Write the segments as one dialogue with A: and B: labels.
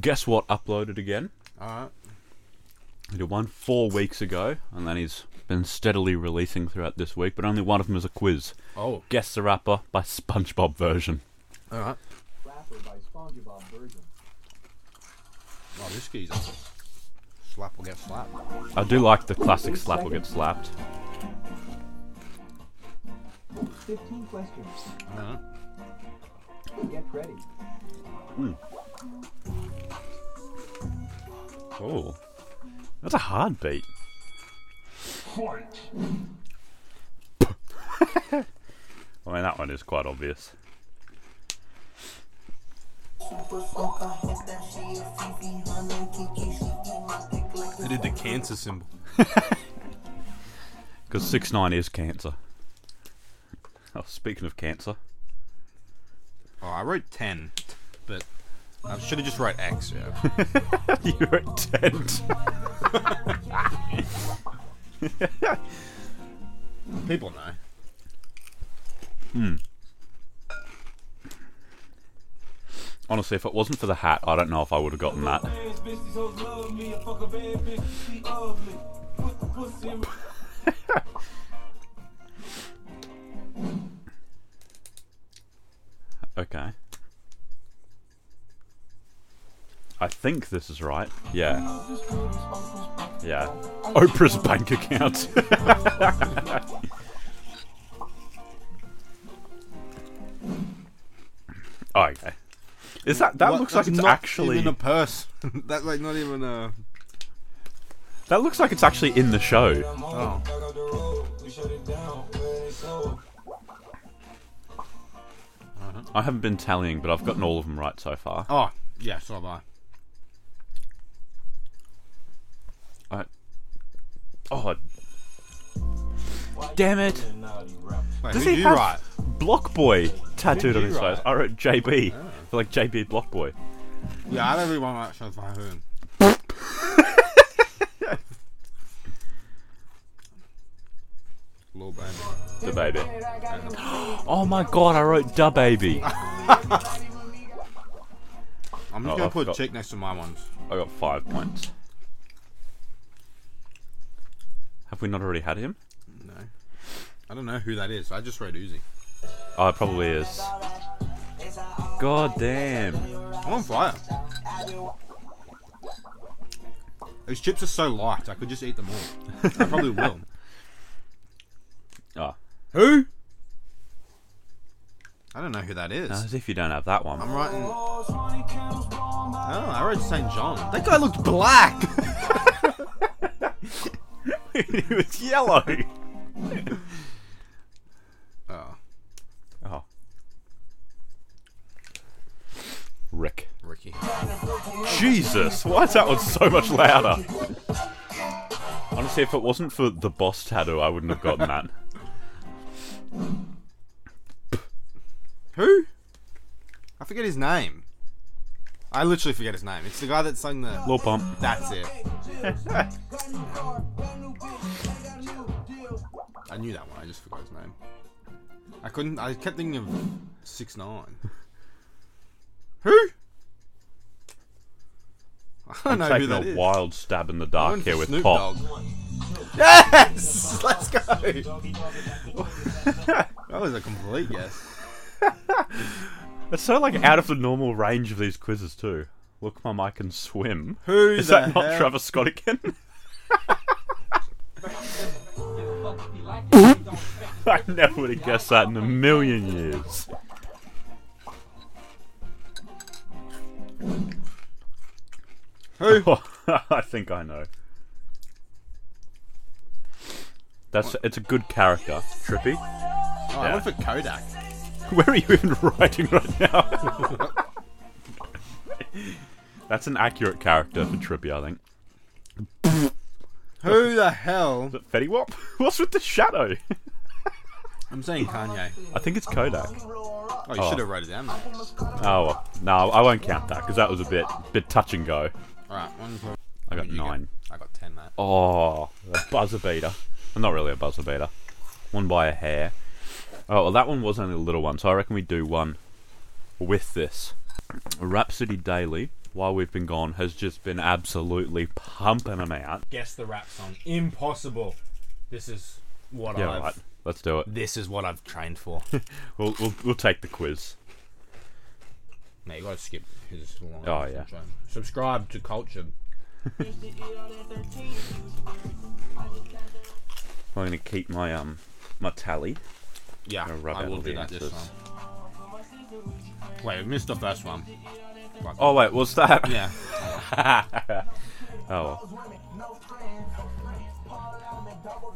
A: guess what? Uploaded again.
B: Alright.
A: He did one four weeks ago, and then he's been steadily releasing throughout this week. But only one of them is a quiz.
B: Oh.
A: Guess the rapper by SpongeBob version.
B: Alright.
C: Rapper by SpongeBob Virgin.
B: Oh, this geezer. Slap will get slapped.
A: I do like the classic slap will get slapped.
C: 15 questions.
B: Uh-huh.
C: Get ready.
A: Oh, that's a hard beat. I mean, that one is quite obvious.
B: They did the cancer symbol.
A: Because six nine is cancer. Oh, speaking of cancer,
B: Oh, I wrote 10, but I should have just wrote X, yeah.
A: you're at ten.
B: People know.
A: Honestly, if it wasn't for the hat, I don't know if I would have gotten that. Okay. I think this is right. Yeah. Yeah. Oprah's bank account. oh, okay. Is that that
B: What?
A: looks like
B: That's
A: it's
B: not
A: actually
B: even a purse. That's like not even a.
A: that looks like it's actually in the show.
B: Oh.
A: I haven't been tallying, but I've gotten all of them right so far.
B: Oh, yeah, so have I.
A: I, oh, damn it!
B: Wait,
A: Does
B: who'd
A: he
B: you
A: have
B: write?
A: Block Boy tattooed
B: Who'd
A: on
B: you
A: his face?
B: write?
A: I wrote JB, for like JB Block Boy.
B: Yeah, I don't really want to write shows by whom. Little baby.
A: The baby. Oh my god, I wrote Da Baby.
B: I'm just
A: Oh,
B: gonna
A: I
B: put
A: forgot.
B: chick next to my ones.
A: I got five points. Have we not already had him?
B: No. I don't know who that is. I just wrote Uzi.
A: Oh, it probably is. God damn.
B: I'm on fire. These chips are so light, I could just eat them all. I probably will.
A: Oh,
B: Who? I don't know who that is.
A: as if you don't have that one.
B: I'm writing. Oh, I wrote St. John. That guy looked black!
A: it was yellow.
B: oh,
A: Oh. Rick.
B: Ricky.
A: Jesus, why is that one so much louder? Honestly, if it wasn't for the boss tattoo, I wouldn't have gotten that.
B: Who? I forget his name. I literally forget his name. It's the guy that sung the.
A: Lil Pump.
B: That's it. I knew that one. I just forgot his name. I couldn't. I kept thinking of six nine. Who? I don't know who
A: Taking
B: that
A: a
B: is.
A: wild stab in the
B: I
A: dark
B: went
A: here
B: for
A: with
B: Snoop
A: Pop.
B: Dogg. Yes, let's go. that was a complete guess.
A: It's so like out of the normal range of these quizzes too. Look, mum, I can swim.
B: Who
A: is
B: the
A: that? Not
B: hell-
A: Travis Scott again? I never would have guessed that in a million years. Oh,
B: Who?
A: I think I know. That's it's a good character, Trippy.
B: Oh, I went for Kodak.
A: Oh. Where are you even writing right now? That's an accurate character for Trippy, I think.
B: Who the hell?
A: Is it Fetty Wap? What's with the shadow?
B: I'm saying Kanye.
A: I think it's Kodak.
B: Oh, you
A: Oh.
B: should have wrote it down. Mate.
A: Oh well, no, I won't count that because that was a bit bit touch and go.
B: All right, one. for-
A: I got
B: you
A: nine.
B: I got ten, mate.
A: Oh, a buzzer beater. Well, not really a buzzer beater. One by a hair. Oh well, that one was only a little one, so I reckon we do one with this. Rhapsody Daily while we've been gone has just been absolutely pumping them out.
B: Guess the rap song. Impossible. This is what
A: Yeah,
B: I've.
A: right. Let's do it.
B: This is what I've trained for.
A: We'll, we'll, we'll take the quiz.
B: Mate, you gotta skip his line.
A: Oh, yeah.
B: sometime. Subscribe to Culture.
A: I'm going to keep my um my tally.
B: Yeah,
A: Gonna rub
B: I
A: out
B: will
A: all
B: do
A: the
B: that this
A: answers.
B: time. Wait, I missed the first one. Fuck.
A: Oh wait, what's that?
B: Yeah.
A: Oh, well.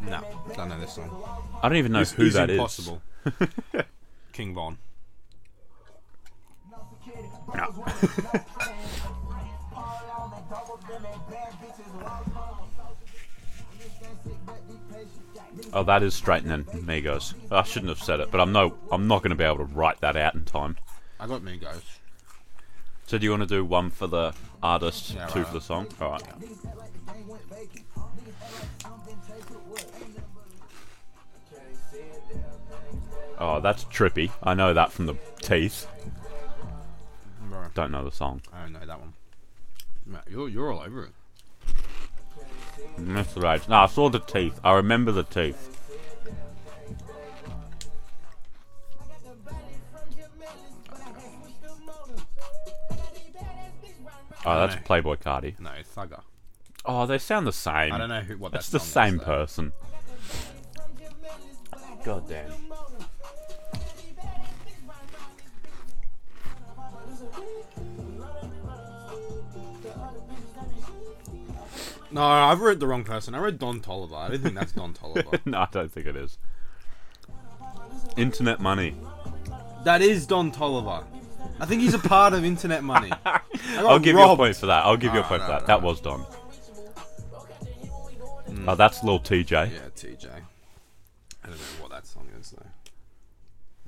B: No, don't know this song.
A: I don't even know
B: This
A: who
B: is
A: that is.
B: impossible. King Von.
A: No. oh, that is straightening Migos. I shouldn't have said it, but I'm no, I'm not going to be able to write that out in time.
B: I got Migos.
A: So do you want to do one for the artist,
B: Yeah,
A: two
B: right.
A: for the song? All right. Oh, that's trippy. I know that from the teeth.
B: Bro,
A: Don't know the song.
B: I don't know that one. Mate, you're, you're all over it.
A: Mr. Rage. No, I saw the teeth. I remember the teeth. Oh, that's
B: Okay.
A: Playboy Cardi.
B: No, Thugger.
A: Oh, they sound the same.
B: I don't know who what
A: It's
B: that's
A: the same person. God damn.
B: No, I've read the wrong person. I read Don Tolliver. I didn't think that's Don Tolliver.
A: no, I don't think it is. Internet money.
B: that is Don Tolliver. I think he's a part of Internet Money. I got
A: I'll give you a
B: robbed.
A: point for that. I'll give you a
B: Ah,
A: point for
B: no,
A: that.
B: no,
A: that
B: no. Hmm.
A: was done. Oh, that's Lil TJ.
B: Yeah, TJ. I don't know what that song is though.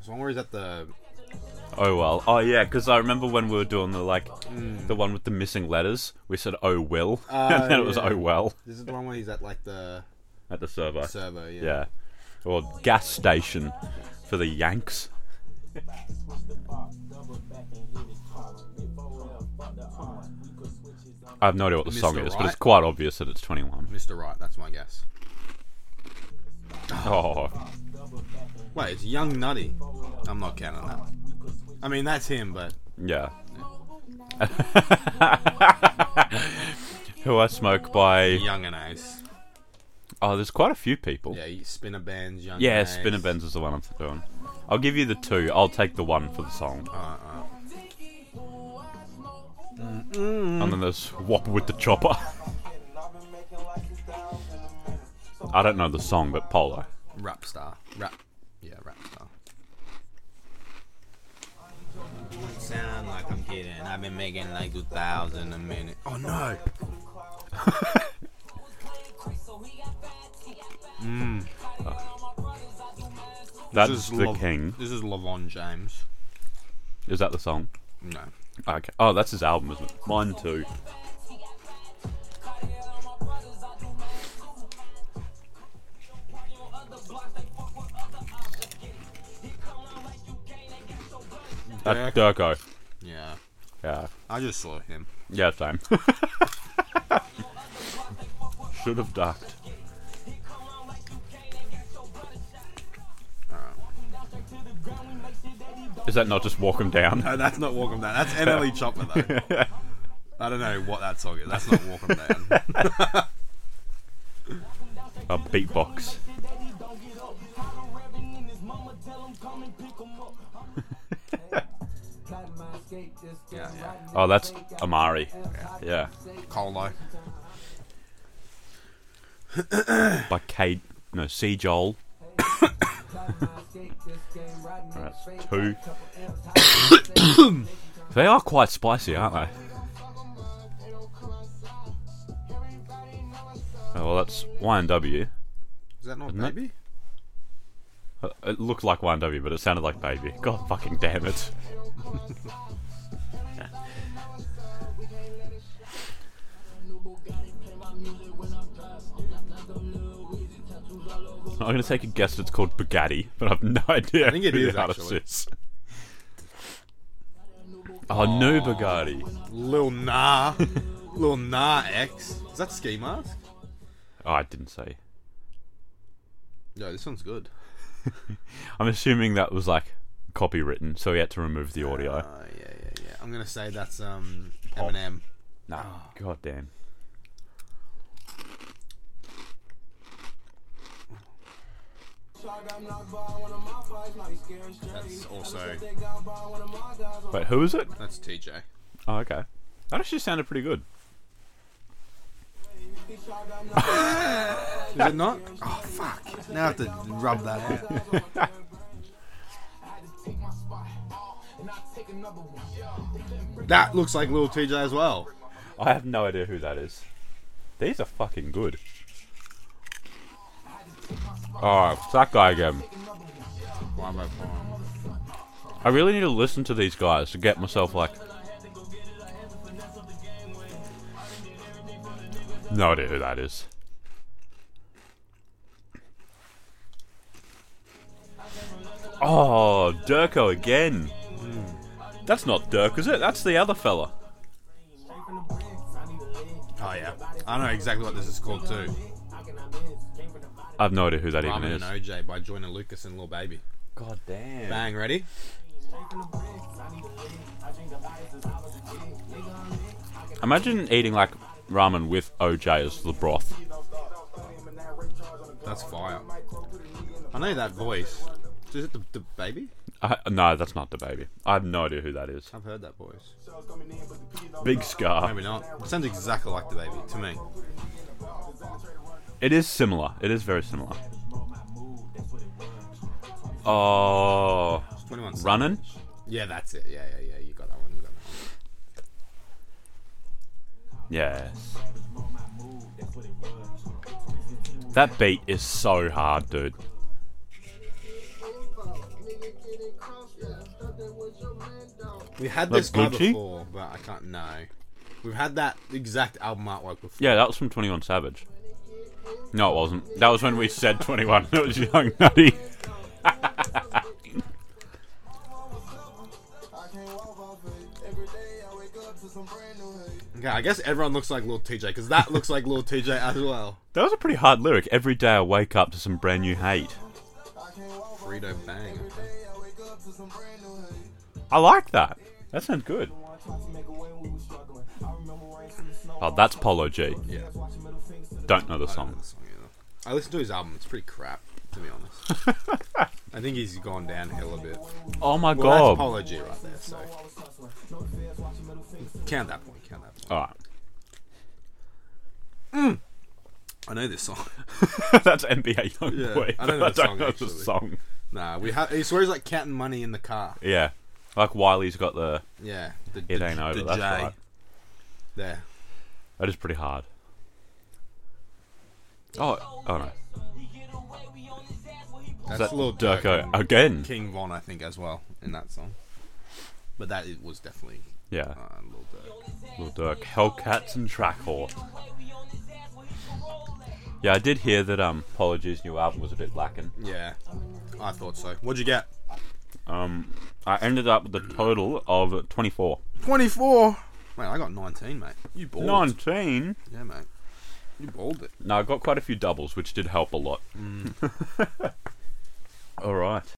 B: As long as he's at the
A: Oh well. Oh yeah, because I remember when we were doing the like the one with the missing letters, we said oh will, and
B: Ah,
A: then it was
B: yeah.
A: oh well
B: this is the one where he's at like the
A: at the server.
B: server. Yeah.
A: yeah, or gas station for the Yanks. I have no idea what the
B: Mr.
A: song is, but
B: Right?
A: it's quite obvious that it's 21.
B: Mr. Right, that's my guess.
A: Oh,
B: Wait, it's Young Nutty. I'm not counting that. I mean, that's him, but
A: yeah. Who I smoke by?
B: Young and Ace.
A: Oh, there's quite a few people.
B: Yeah, you- Spinner Bands, Young
A: Yeah,
B: and Ace.
A: Spinner Benz is the one I'm doing. I'll give you the two. I'll take the one for the song.
B: Alright, alright.
A: And then there's Whopper with the Chopper. I don't know the song, but Polo.
B: Rap star. Rap. Yeah, rap star. Sound like I'm kidding. I've been making like 2,000 a minute. Oh no!
A: That's the king.
B: This is LaVon James.
A: Is that the song?
B: No.
A: Okay. Oh, that's his album, isn't it? Mine too. That's Durko.
B: Yeah.
A: Uh, Yeah.
B: I just saw him.
A: Yeah, same. Should have ducked. Is that not just walk him down?
B: No, that's not Walk 'em Down. That's NLE Chopper, though. I don't know what that song is. That's not Walk 'em Down.
A: A beatbox.
B: yeah, yeah.
A: Oh, that's Amari. Yeah.
B: Colo.
A: By Cade. No, C. Joel. That's two. they are quite spicy, aren't they? Oh, well, that's Y&W.
B: Is that not
A: Isn't it?
B: Baby?
A: Uh, It looked like YNW, but it sounded like Baby. God fucking damn it. I'm gonna take a guess it's called Bugatti, but I've no idea
B: I think it
A: who
B: is,
A: the artist
B: actually.
A: is. Oh, Oh, no Bugatti.
B: Lil Nah. Lil Nah X. Is that Ski Mask?
A: Oh, I didn't say.
B: Yeah, this one's good.
A: I'm assuming that was like copywritten, so he had to remove the audio.
B: Uh, yeah, yeah, yeah. I'm gonna say that's um Eminem.
A: no. God damn.
B: That's also
A: Wait, who is it?
B: that's TJ.
A: Oh, okay. That actually sounded pretty good.
B: Is it not? Oh fuck! Now I have to rub that out. That looks like little TJ as well.
A: I have no idea who that is. These are fucking good. Oh, it's that guy again.
B: Why am I blind?
A: I really need to listen to these guys to get myself like. No idea who that is. Oh, Durko again. That's not Dirk, is it? That's the other fella.
B: Oh yeah, I know exactly what this is called too.
A: I have no idea who that even
B: Ramen
A: is.
B: and OJ by joining Lucas and Lil Baby.
A: God damn.
B: Bang, ready?
A: Imagine eating like ramen with OJ as the broth.
B: That's fire. I know that voice. Is it the, the baby?
A: I, no, that's not the baby. I have no idea who that is.
B: I've heard that voice.
A: Big scar.
B: Maybe not. It sounds exactly like the baby to me.
A: It is similar. It is very similar. Oh,
B: Twenty one.
A: running.
B: Yeah, that's it. Yeah, yeah, yeah. You got that one. You got that one.
A: Yes. That beat is so hard, dude.
B: We had
A: Like
B: this guy
A: Gucci?
B: before, but I can't know. We've had that exact album artwork before.
A: Yeah, that was from 21 Savage. No, it wasn't. That was when we said 21. That was Young Nutty.
B: Okay, I guess everyone looks like Lil TJ because that looks like Lil TJ as well.
A: That was a pretty hard lyric. Every day I wake up to some brand new hate.
B: Frito Bang. okay.
A: I like that. That sounds good. Oh, that's Polo G.
B: Yeah.
A: Don't know the
B: I don't know
A: song.
B: the song either. I listened to his album. It's pretty crap, to be honest. I think he's gone downhill a bit.
A: Oh my
B: Well, that's
A: god.
B: Polo G right there. So count that point. Count that point.
A: Alright.
B: I know this song.
A: that's NBA Young
B: Yeah,
A: Boy.
B: I don't know the song,
A: the
B: actually.
A: song.
B: nah, we have. He swears like counting money in the car.
A: Yeah. Like Wiley's got the.
B: Yeah, the,
A: It
B: the-
A: ain't over.
B: the
A: That's
B: J.
A: right.
B: There.
A: That is pretty hard. Oh, oh no.
B: That's
A: that
B: a little
A: Durko
B: Durko
A: again?
B: King Von, I think, as well in that song. But that it was definitely
A: Yeah.
B: uh, Lil Durk.
A: Little Dirk. Hellcats and Track Horse. Yeah, I did hear that um Polo G's new album was a bit lacking.
B: Yeah, I thought so. What'd you get?
A: Um, I ended up with a total of 24.
B: Twenty-four. Mate, I got nineteen, mate. You balled.
A: 19?
B: Yeah, mate. You balled it.
A: No, I got quite a few doubles, which did help a lot. All right.